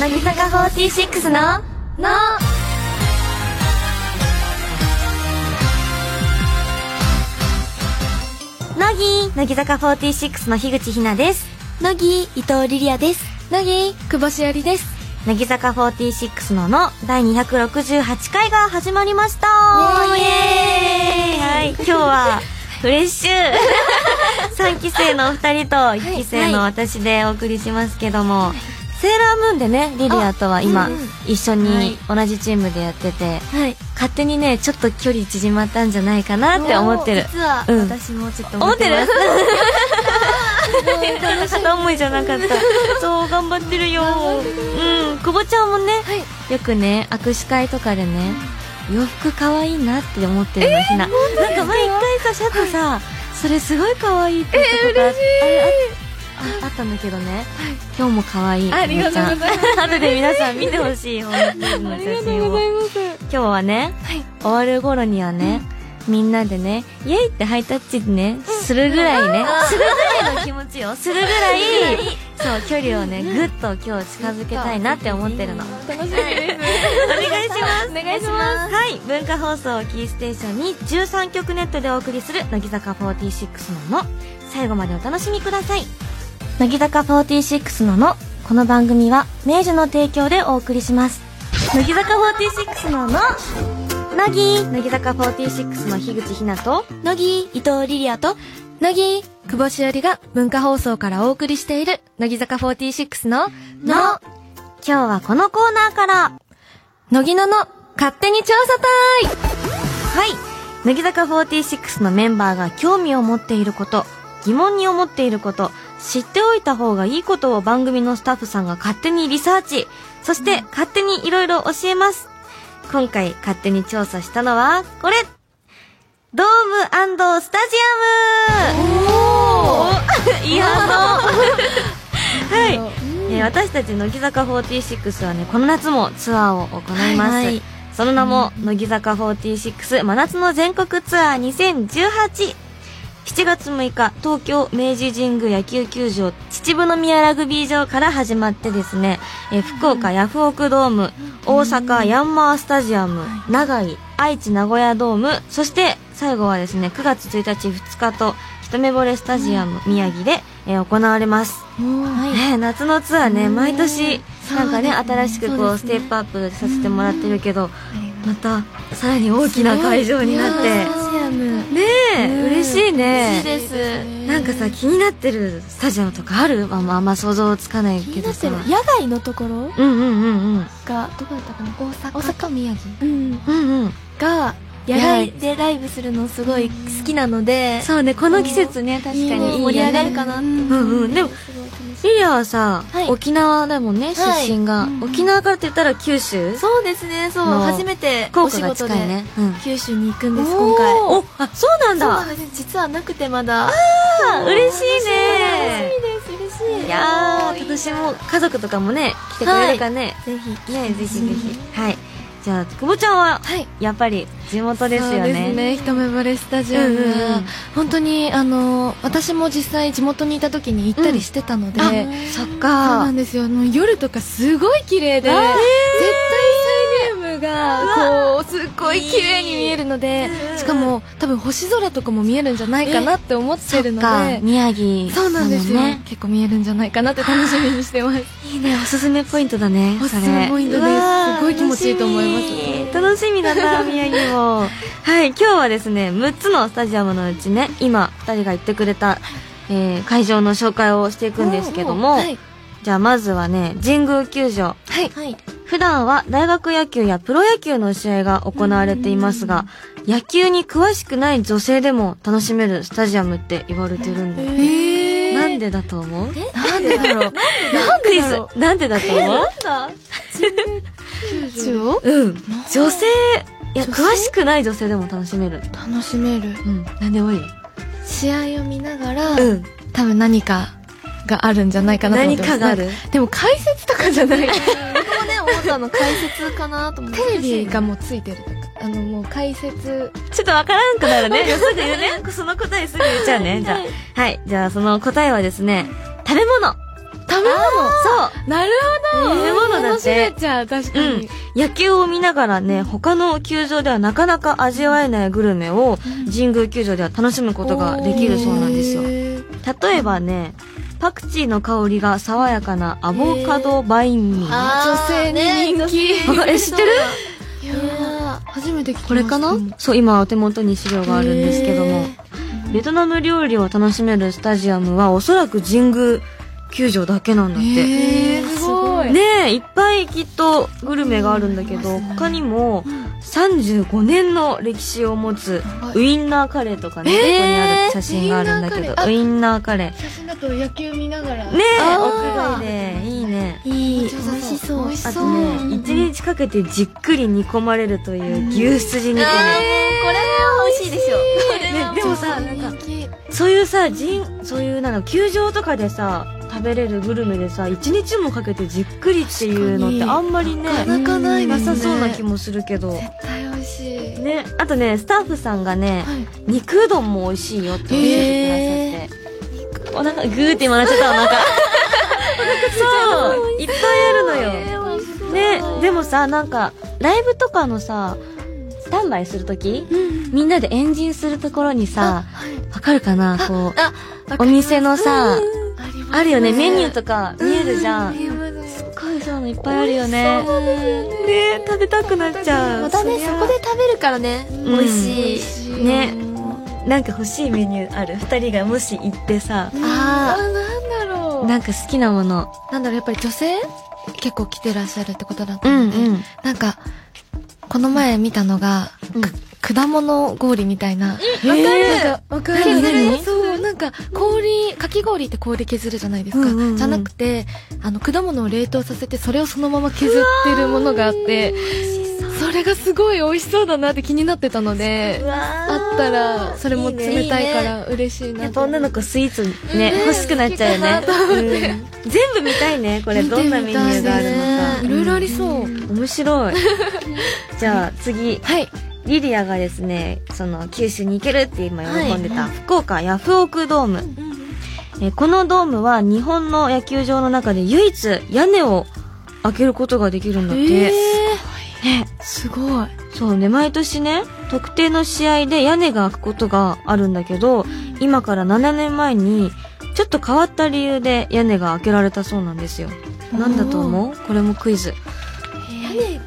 乃木坂46の「の」乃木乃木坂46の樋口日奈です乃木伊藤リリアです乃木久保しおりです乃木坂46の「の」第268回が始まりましたイエーイはい今日はフレッ シュ3期生のお二人と1期生の私でお送りしますけども、セーラームーンでねリリアとは今、あうんうん一緒に同じチームでやってて、はい勝手にねちょっと距離縮まったんじゃないかなって思ってる実はうん私もちょっと思ってるます片思いじゃなかったそう頑張ってるようん久保ちゃんもね、よくね握手会とかでね洋服可愛いなって思ってるのひななんか前一回さシャツさ、それすごい可愛いって言ったことあっあれあああったんだけどね、今日も可愛いありがとうございますす 後で皆さん見てほしい本当の写真をます今日はね、終わる頃にはね、みんなでねイエイってハイタッチね、するぐらいねするぐらいの気持ちよするぐらいそう距離をねぐっと今日近づけたいなって思ってるのお楽しみです願いしますお願いしますはい文化放送をキーステーションに13曲ネットでお送りする乃木坂46のの最後までお楽しみください乃木坂46ののこの番組は明治の提供でお送りします乃木坂46のの乃木乃木坂46の樋口日奈と乃木伊藤リリアと乃木久保しおりが文化放送からお送りしている乃木坂46のの今日はこのコーナーから乃木のの勝手に調査隊はい乃木坂46のメンバーが興味を持っていること疑問に思っていること知っておいた方がいいことを番組のスタッフさんが勝手にリサーチそして勝手にいろいろ教えます今回勝手に調査したのはこれドームスタジアムおおいい反応はいえー私たち乃木坂46はねこの夏もツアーを行います、はいはいその名も、乃木坂46真夏の全国ツアー20187月6日東京明治神宮野球球場秩父宮ラグビー場から始まってですね、えー福岡ヤフオクドーム大阪ヤンマースタジアム長井愛知名古屋ドームそして最後はですね9月1日2日と一目惚れスタジアム宮城で、えー行われますはね、夏のツアーねうん毎年なんかねそうですね新しくこうそうでスすねテップアップさせてもらってるけどまたさらに大きな会場になっいてやースタジアムねえうん嬉しいね嬉しいですなんかさ気になってるスタジアムとかあるまあまああんま想像つかない気けにどなってさる野外のところうんうんうんうんがどこだったかな大大阪宮城うんうんうんが野外でライブするのすごい好きなのでそうねこの季節ね確かいいねに盛り上がるかなってうんうんでもすごい楽しみリリアはさ、はい沖縄だもんね出はい身が、うん沖縄からって言ったら九州そうですねそうの初めて福お岡仕が事近いでね、うん、九州に行くんです今回おーおあそうなんそうだなんです実はなくてまだあ嬉しいね楽しみです嬉しいいやー私も家族とかもね来てくれるかね、ぜひねぜひぜひはいじゃあ久保ちゃんははいやっぱり地元ですよそうですねね一目惚れスタジアムは、うんうんうん本当にあの私も実際地元にいた時に行ったりしてたので、そうあそっなかんですよもう夜とかすごい綺麗で、わ絶あ対サイリウムがこうすっごい綺麗に見えるのでうんしかも多分星空とかも見えるんじゃないかなって思ってるのかで宮城そうなんですよ、だもね結構見えるんじゃないかなって楽しみにして ますいいねおすすめポイントだねおすすめそれポイントですうわーすごい気持ちいいと思います楽しみ楽しみ だな宮城もはい今日はですね6つのスタジアムのうちね今2人が言ってくれた、えー会場の紹介をしていくんですけども、はい、じゃあまずはね神宮球場はいはい普段は大学野球やプロ野球の試合が行われていますが、野球に詳しくない女性でも楽しめるスタジアムって言われてるんだよ。えー、なんでだと思うなんでだろうなんクでイだズろう。なんでだと思う一応うん。女性、いや、女性詳しくない女性でも楽しめる。楽しめるうん。なんでもいい。試合を見ながら、うん。多分何かがあるんじゃないかなと思っ何てますかがあるでも解説とかじゃないここね思ったの解説かなと思ってテレビがもうついてるとかあのもう解説ちょっとわからんくな るね。すぐ言う ね。その答えすぐ言っちゃうね。じゃあ。はい。じゃあ、その答えはですね、食べ物。食食べ物そうなるほど食べ物だって楽しめちゃう、確かに。野球を見ながらね、他の球場ではなかなか味わえないグルメを神宮球場では楽しむことができるそうなんですよ。例えばね、パクチーの香りが爽やかなアボカドバインミー。女性に人気。あえ、知ってるいやー初めて聞きました。これかなそう、今お手元に資料があるんですけども。ベトナム料理を楽しめるスタジアムはおそらく神宮球場だけなんだって。えー、すごい。ねえいっぱいきっとグルメがあるんだけど、他にも35年の歴史を持つウインナーカレーとかね、えこーこにある写真があるんだけどウウインナーカレーね写真だと野球見ながらえあー屋外でいいねいい美味しそう美味しあそとう。ね1日かけてじっくり煮込まれるという牛すじ煮込み、は美味しいでしょ。ねでもさなんかそういうさじんそういうなんか球場とかでさ食べれるグルメでさ1日もかけてじっくりっていうのってあんまりねなかなかないでなすね。さそうな気もするけど絶対美味しい。ね、あとねスタッフさんがね、はい肉うどんも美味しいよって教えてくださって、お腹グーって今なっちゃったお腹 そういっぱいあるのよ美味しそうねでもさなんかライブとかのさスタンバイするとき、みんなでエンジンするところにさわかるかなこうお店のさ、あるよねメニューとか見えるじゃん、見えますすっごいそういうのいっぱいあるよねね食べたくなっちゃうまたねそこで食べるからねん美味しいねなんか欲しいメニューある二人がもし行ってさあーなんだろうなんか好きなものなんだろうやっぱり女性結構来てらっしゃるってことだったうんので、うんなんかこの前見たのが、うんく果物氷みたいな、えーなんかわか何る何そうなんか氷かき氷って氷削るじゃないですか、うんうんうんじゃなくてあの果物を冷凍させてそれをそのまま削ってるものがあってそれがすごい美味しそうだなって気になってたのでうわーあったらそれも冷たいかねら嬉しいねなやっぱ女の子スイーツね、うん欲しくなっちゃうよね、うん全部見たいねこれどんなメニューがあるのか、いろいろありそう、うん面白 いじゃあ次はいリリアがですねその九州に行けるって今喜んでた、福岡ヤフオクドーム、えーこのドームは日本の野球場の中で唯一屋根を開けることができるんだって、ねすごいそうね毎年ね特定の試合で屋根が開くことがあるんだけど今から7年前にちょっと変わった理由で屋根が開けられたそうなんですよなんだと思うこれもクイズ屋根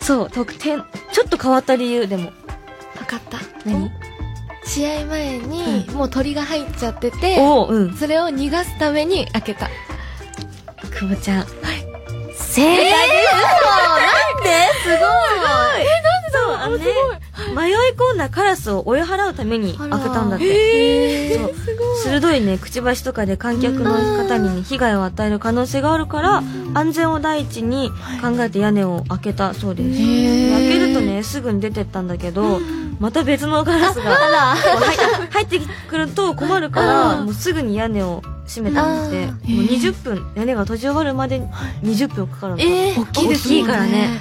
そう特定ちょっと変わった理由でも分かった何試合前にもう鳥が入っちゃってておおうんそれを逃がすために開けた久保ちゃん正解です、なんですごいえなんでだろう迷い込んだカラスを追い払うために開けたんだってえそうすご鋭いねくちばしとかで観客の方にね被害を与える可能性があるから安全を第一に考えて屋根を開けたそうですへー開けるとねすぐに出てったんだけどまた別のガラス が入入ってくると困るからもうすぐに屋根を閉めたんであもう20分屋根が閉じ終わるまで20分かかるんだえー大きいですね大からね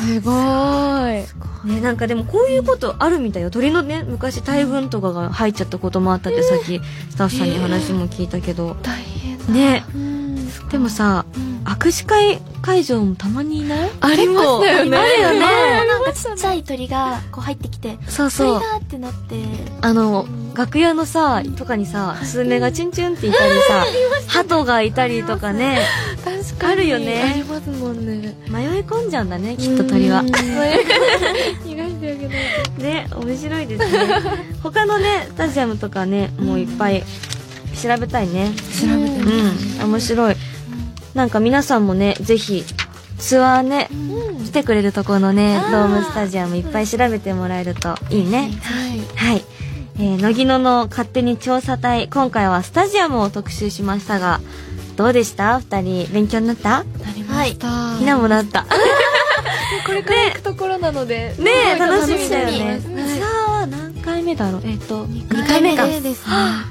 すごいね、なんかでもこういうことあるみたいよ鳥のね昔大群とかが入っちゃったこともあったってさっきスタッフさんに話も聞いたけど大変だねうんでもさ握手会会場もたまにいないありましたよねあるよね なんかちっちゃい鳥がこう入ってきてそ鳥うそうだってなってあの楽屋のさとかにさスズメがチュンチュンっていたり さ鳩がいたりとかね確かにあるよねありますもんね迷い込んじゃうんだねきっと鳥は うん逃がしてあげな いね面白いですね 他のねスタジアムとかねもういっぱい調べたいねと調べてみうん面白いなんか皆さんもねぜひツアーね、来てくれるところのねドームスタジアムいっぱい調べてもらえるといいねはいはい、えー、乃木野の勝手に調査隊今回はスタジアムを特集しましたがどうでした二人勉強になったなりましたひなもなったこれから行くところなのでねえすごい楽しみだよね楽しみツアー何回目だろうえっ、と2回目かですねは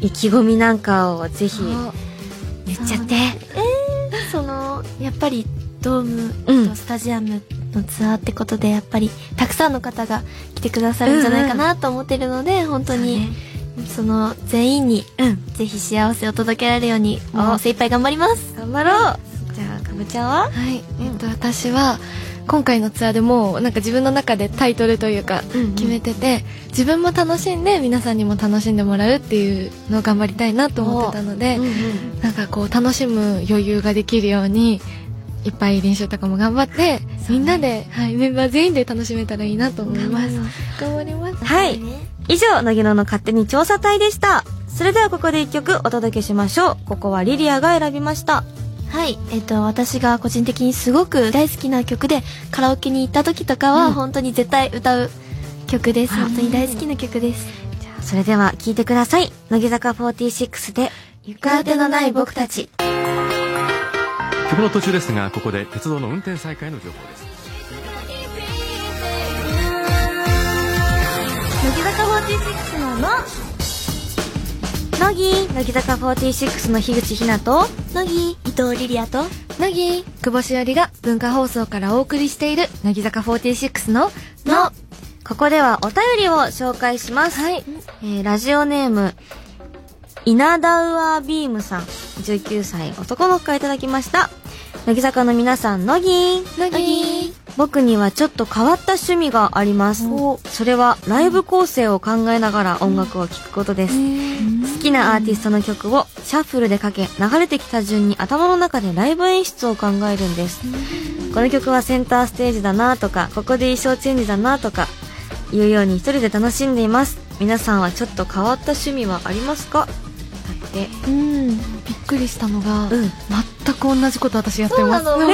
い意気込みなんかをぜひ言っちゃってそのやっぱりドームうんとスタジアムのツアーってことでやっぱりたくさんの方が来てくださるんじゃないかなと思ってるので本当にその全員に、うん、ぜひ幸せを届けられるようにもう精一杯頑張ります頑張ろうじゃあかぶちゃんははい、えっと、私は今回のツアーでもうなんか自分の中でタイトルというかうんうん決めてて、自分も楽しんで皆さんにも楽しんでもらうっていうのを頑張りたいなと思ってたので、なんかこう楽しむ余裕ができるようにいっぱい練習とかも頑張ってみんなで、はい、メンバー全員で楽しめたらいいなと思います頑張りますはい以上乃木野の勝手に調査隊でしたそれではここで一曲お届けしましょうここはリリアが選びましたはいえっと私が個人的にすごく大好きな曲でカラオケに行った時とかうはん本当に絶対歌う曲です、あ本当に大好きな曲ですじゃあそれでは聴いてください乃木坂46で行く当てのない僕たち曲の途中ですがここで鉄道の運転再開の情報です乃木坂46のの乃木乃木坂46の樋口日奈と乃木伊藤リリアと乃木久保しおりが文化放送からお送りしている乃木坂46ののここではお便りを紹介します、はいえーラジオネーム稲田ウアビームさん19歳男の子からいただきました乃木坂の皆さん乃木乃木僕にはちょっと変わった趣味がありますそれはライブ構成を考えながら音楽を聴くことです好きなアーティストの曲をシャッフルでかけ流れてきた順に頭の中でライブ演出を考えるんですこの曲はセンターステージだなとかここで衣装チェンジだなとかいうように一人で楽しんでいます皆さんはちょっと変わった趣味はありますかだってうんびっくりしたのが、うん全く同じこと私やってますもう一緒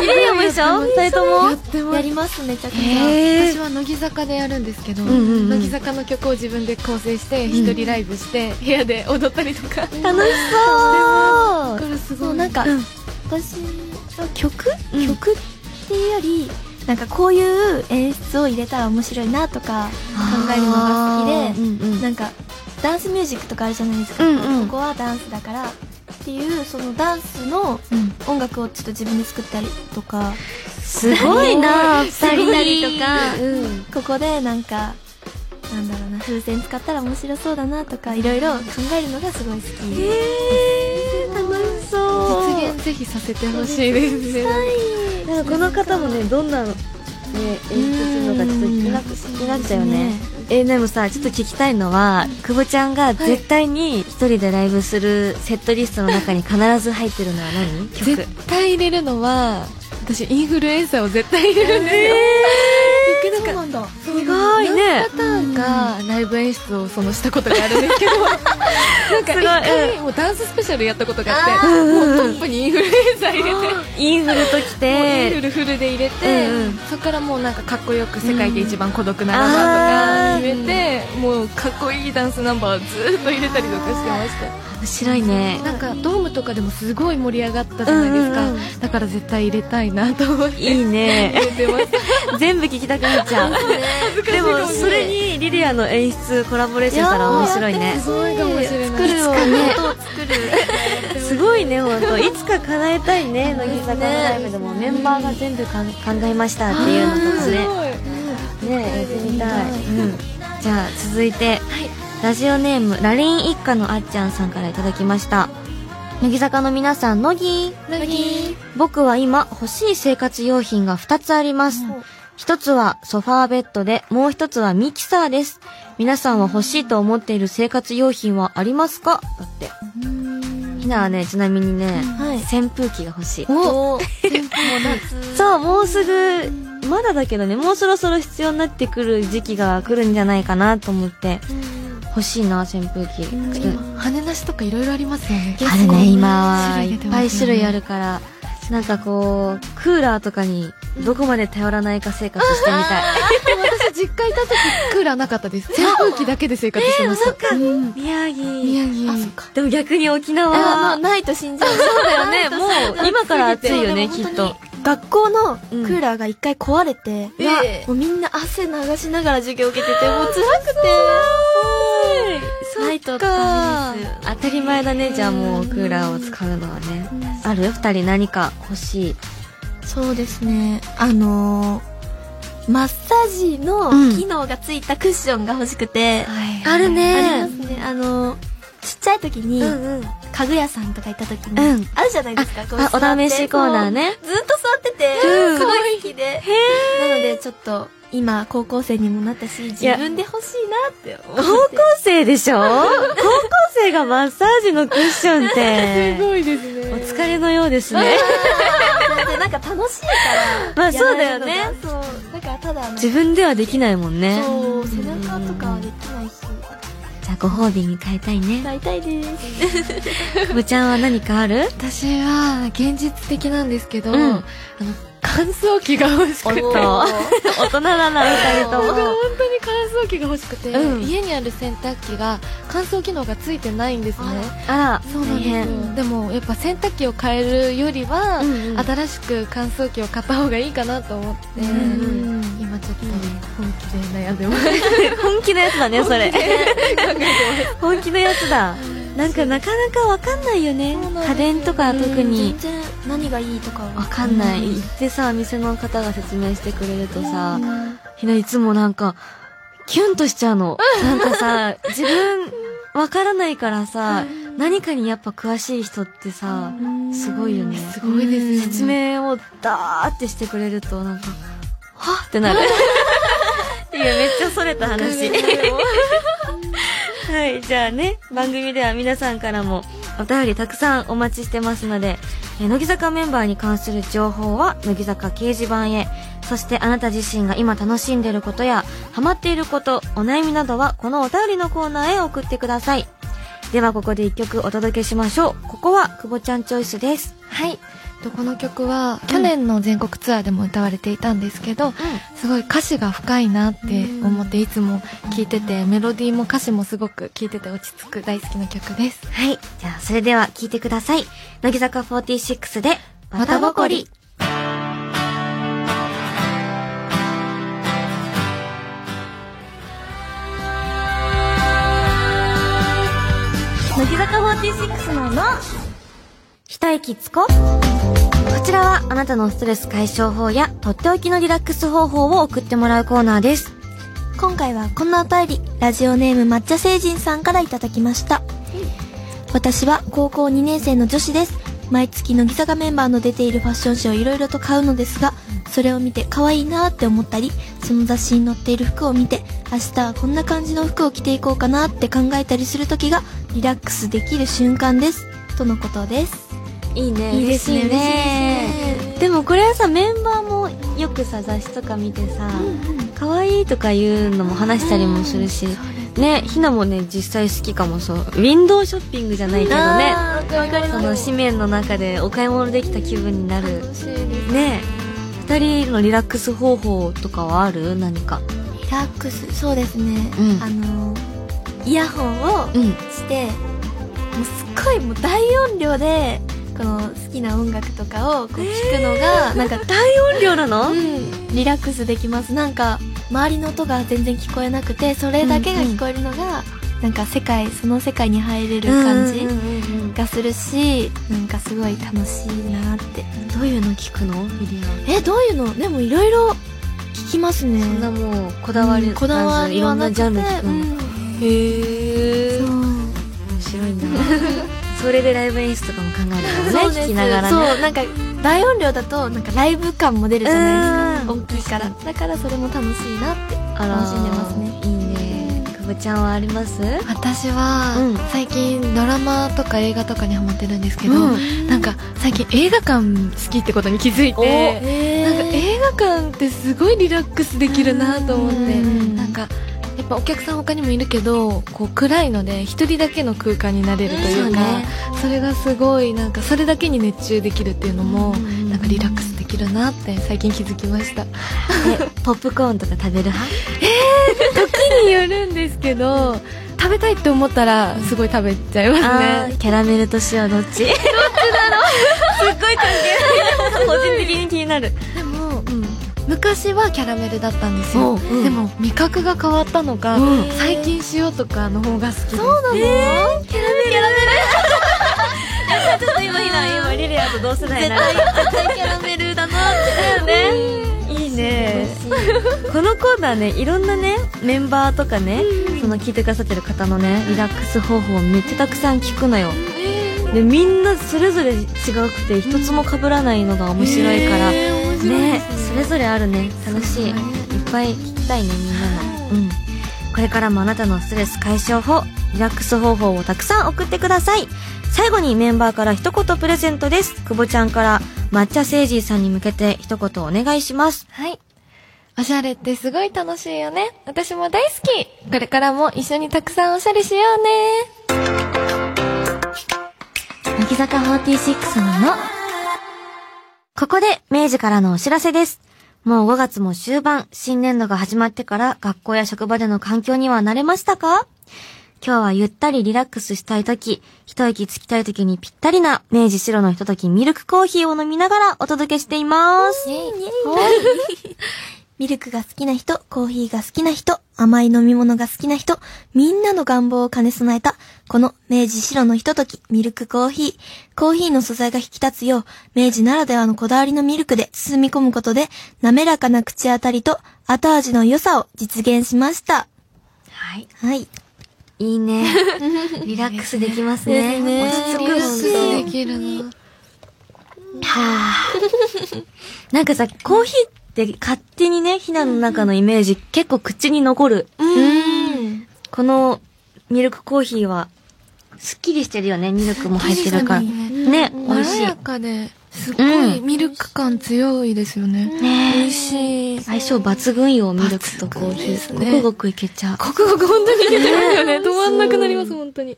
ミレイも一緒二人ともやってますやりますめちゃくちゃ、へ私は乃木坂でやるんですけど、んうんうん乃木坂の曲を自分で構成して一人ライブして、部屋で踊ったりとか、だ楽しそうからすごいそうなんか、私は曲、うん曲っていうよりなんかこういう演出を入れたら面白いなとか考えるのが好きで、うんうんなんかダンスミュージックとかあるじゃないですか、うんうんここはダンスだからっていうそのダンスのうん音楽をちょっと自分で作ったりとかすごいな二二人なりと かうんここでなんかなんだろうな風船使ったら面白そうだなとかいろいろ考えるのがすごい好きへえ楽しそう実現ぜひさせてほしいですねなんかこの方もねどんなね演出するのかちょっと気にな気になっちゃうよねえーでもさちょっと聞きたいのは久保ちゃんが絶対に一人でライブするセットリストの中に必ず入ってるのは何曲絶対入れるのは私インフルエンサーを絶対入れるんですよ、そうなんだすごいね何パターンかライブ演出をそのしたことがあるんです けどなんかすごい一回もうダンススペシャルやったことがあってもうトップにインフルエンサー入れてインフルときインてフルフルで入れて、うんうんそこからもうなんかかっこよく世界で一番孤独なナンバーとか入れて、もうかっこいいダンスナンバーをずーっと入れたりとかしてました面白いねなんかドームとかでもすごい盛り上がったじゃないですか、うんうんだから絶対入れたいなと思 っていいね 入れてました全部聞きたくなっちゃうでもそれにリリアの演出コラボレーションしたら面白いねすごいかもしれない作るをねすごいね本 当いつか叶えたいね乃木坂のライブでもメンバーが全部かん考えましたっていうのとかねねやってみたい、うん、じゃあ続いて、ラジオネームラリン一家のあっちゃんさんからいただきました乃木坂の皆さん乃木乃木僕は今欲しい生活用品が2つあります。1つはソファーベッドで、もう1つはミキサーです。皆さんは欲しいと思っている生活用品はありますかだって。ひなはね、ちなみにね、はい扇風機が欲しい。お全部も夏 そう、もうすぐ、まだだけどね、もうそろそろ必要になってくる時期が来るんじゃないかなと思って、欲しいな、扇風機。ちょっと羽なしとかいろいろありますよねあるね今はい結っ構ぱい種類あるるからなんかこうクーラーとかにどこまで頼らないか生活してみたい私実家いた時クーラーなかったです扇風機だけで生活してました、うん宮城宮城あそでも逆に沖縄あはのないと信じられないそうだよ ねもう今から暑いよねきっと学校のクーラーが一回壊れて、うんわええもうみんな汗流しながら授業受けててもう辛くてないとダメです当たり前だねじゃあもうクーラーを使うのはねある二人何か欲しいそうですねあのーマッサージのうん機能がついたクッションが欲しくて、あるありまねすねあのちっちゃい時に、うんうん家具屋さんとか行った時に、うんあるじゃないですかこうあ座っおて試しコーナーねこうずっと座ってて、うんすごい好きでなのでちょっと今高校生にもなったし自分で欲しいなって思高っ校て生でしょ高校生がマッサージのクッションっすてごいですおね。疲れのようですねだってなんか楽しいからまあ そうだよねやられるのがそうだからただあの自分ではできないもんねそう背中とかはできないしじゃあご褒美に変えたいね 大体ですむちゃんは何かある私は現実的なんですけど、うんあの乾燥機が欲しく ておっと大人だな二人と僕はも本当に乾燥機が欲しくて、うん家にある洗濯機が乾燥機能がついてないんですねあらそうなんですよでもやっぱ洗濯機を変えるよりは、大変うんうん新しく乾燥機を買った方がいいかなと思って、うん今ちょっと本気で悩んでます、本気のやつだねそれ本気のやつだなんかなかなかわかんないよねそうなんです 家よ電とか特に全然何がいいとかわはかんない行ってさ店の方が説明してくれるとさうんひないつもなんかキュンとしちゃうのなんかさ自分わからないからさ何かにやっぱ詳しい人ってさすごいよねすごいですよね説明をダーってしてくれるとなんかはっってなる いやめっちゃそれた話 はいじゃあね番組では皆さんからもお便りたくさんお待ちしてますのでえー乃木坂メンバーに関する情報は乃木坂掲示板へそしてあなた自身が今楽しんでいることやハマっていることお悩みなどはこのお便りのコーナーへ送ってくださいではここで一曲お届けしましょうここは久保ちゃんチョイスですはいとこの曲は去年の全国ツアーでも歌われていたんですけど、すごい歌詞が深いなって思っていつも聴いててメロディーも歌詞もすごく聴いてて落ち着く大好きな曲ですはいじゃあそれでは聴いてください乃木坂46で「またぼこり」乃木坂46のの一息つここちらはあなたのストレス解消法やとっておきのリラックス方法を送ってもらうコーナーです今回はこんなお便りラジオネーム抹茶星人さんからいただきました、私は高校2年生の女子です毎月乃木坂メンバーの出ているファッション誌をいろいろと買うのですがそれを見て可愛いなって思ったりその雑誌に載っている服を見て明日はこんな感じの服を着ていこうかなって考えたりする時がリラックスできる瞬間ですとのことですいいねいいですね嬉しいねでもこれはさメンバーもよくさ雑誌とか見てさ可愛、いとかいうのも話したりもするし、ねひなもね実際好きかもそうウィンドウショッピングじゃないけどねわかりその紙面の中でお買い物できた気分になるね二人のリラックス方法とかはある何かリラックスそうですね、うんあのイヤホンをうんしてもうすっごいもう大音量でこの好きな音楽とかをこう聞くのがなんか、大音量なの、うんリラックスできますなんか周りの音が全然聞こえなくてそれだけが聞こえるのが、なんか世界その世界に入れる感じうんうんうんうんがするしなんかすごい楽しいなってどういうの聞くのミリアはえどういうのでもいろいろ聞きますねそんなもうこだわり、うんこだわりいろはんななくジてャンル聞くの、へえう面んそう白いんだ それでライブ演出とかも考えるそのうねです聞きながらねそうなんか大音量だとなんかライブ感も出るじゃないですかうん大きいからだからそれも楽しいなってあら楽しんでますねいいね久保ちゃんはあります私は、うん最近ドラマとか映画とかにハマってるんですけど、うんなんか最近映画館好きってことに気づいてえなんか映画館ってすごいリラックスできるなと思ってうんなんかやっぱお客さん他にもいるけどこう暗いので一人だけの空間になれるといそううかねそれがすごいなんかそれだけに熱中できるっていうのもうんなんかリラックスできるなって最近気づきま したえポップコーンとか食べる派によるんですけど食べたいって思ったらすごい食べちゃいますあねーキャラメルと 塩どっちどっちだろうすっごい関係ない個人的に気になるでも、昔はキャラメルだったんですよ、おううんでも味覚が変わったのか、うん最近塩とかの方が好きですそうえー、キャラメルキャラメルちょっと今今今リリアと同世代な絶対キャラメルだなってだよねいいねこのコーナーねいろんなねメンバーとかね、その聞いてくださってる方のねリラックス方法をめっちゃたくさん聞くのよ、でみんなそれぞれ違くて一つも被らないのが面白いから、ねそれぞれあるね楽しいいっぱい聞きたいねみんなの、うんこれからもあなたのストレス解消法リラックス方法をたくさん送ってください最後にメンバーから一言プレゼントです久保ちゃんから抹茶セージーさんに向けて一言お願いしますはい。おしゃれってすごい楽しいよね。私も大好き。これからも一緒にたくさんおしゃれしようね。乃木坂46のの。ここで、明治からのお知らせです。もう5月も終盤、新年度が始まってから学校や職場での環境には慣れましたか今日はゆったりリラックスしたいとき、一息つきたいときにぴったりな、明治白のひとときミルクコーヒーを飲みながらお届けしています。ミルクが好きな人、コーヒーが好きな人、甘い飲み物が好きな人、みんなの願望を兼ね備えた、この明治白のひととき、ミルクコーヒー。コーヒーの素材が引き立つよう、明治ならではのこだわりのミルクで包み込むことで、滑らかな口当たりと後味の良さを実現しました。はい。はい。いい ね。リラックスできますね。落ち着くリラックスできるな。はあ。なんかさ、コーヒーって勝手にね、ひなの中のイメージ、結構口に残る。うん。このミルクコーヒーは、すっきりしてるよね、ミルクも入ってるから。すっきね、美まろ味しやかで、すっごいミルク感強いですよね。い。ねしい。相性抜群よ、ミルクとコーヒー。抜ご群ですねくごくいけちゃう。はコクが本当に出てますよね。止まんなくなります、本当に。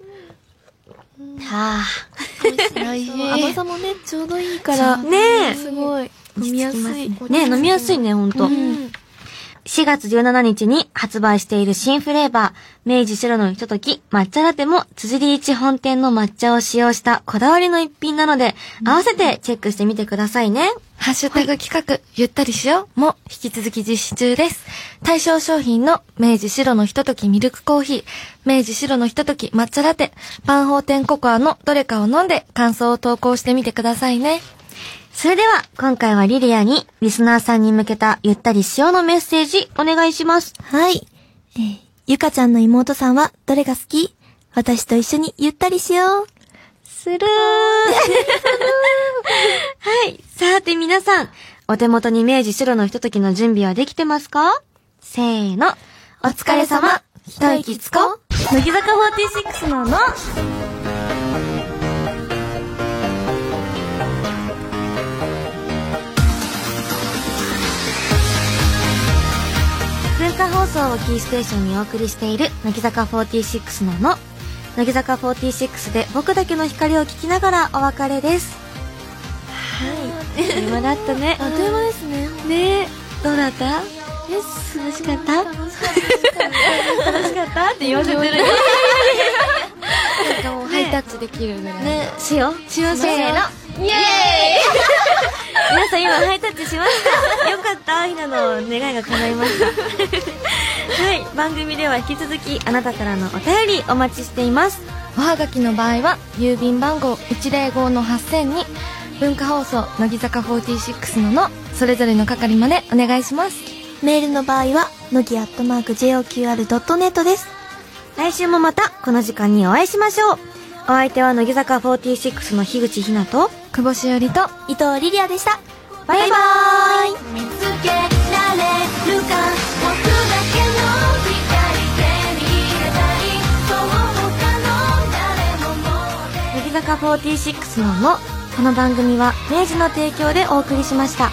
あ。甘さもね、ちょうどいいから、ねすごい。飲みやすい。え。ね飲みやすいね、ほんと。うん。 4月17日に発売している新フレーバー、明治白のひととき抹茶ラテも辻利一本店の抹茶を使用したこだわりの一品なので、合わせてチェックしてみてくださいね。ハッシュタグ企画、ゆったりしようも引き続き実施中です。対象商品の明治白のひとときミルクコーヒー、明治白のひととき抹茶ラテ、パンホーテンココアのどれかを飲んで感想を投稿してみてくださいね。それでは、今回はリリアに、リスナーさんに向けたゆったりしようのメッセージ、お願いします。はい。えーゆかちゃんの妹さんはどれが好き私と一緒にゆったりしよう。す るー。はい。さて皆さん、お手元に明治白のひとときの準備はできてますかせーの。お疲れ様。一息つこう。乃木坂46のの。文化放送をキーステーションにお送りしている乃木坂46のの乃木坂46で僕だけの光を聞きながらお別れですはい今だったねあっという間ですね。ねえどうだったえ、楽しかった楽楽しかった。しかったって言わせてるなんかもうハイタッチできるぐらい。ねしようしようせーのイエーイ 皆さん今ハイタッチしましたよかったひなの願いが叶いま したはい番組では引き続きあなたからのお便りお待ちしていますおはがきの場合は郵便番号105の8000に文化放送乃木坂46ののそれぞれの係までお願いしますメールの場合は、のぎアットマーク JOQR.net です。来週もまたこの時間にお会いしましょうお相手は乃木坂46の樋口日奈と久保しおりと伊藤リリアでした。バイバーイ見つけられるか僕だけの左手に入れたいそう他の誰ももう乃木坂46ののこの番組は明治の提供でお送りしました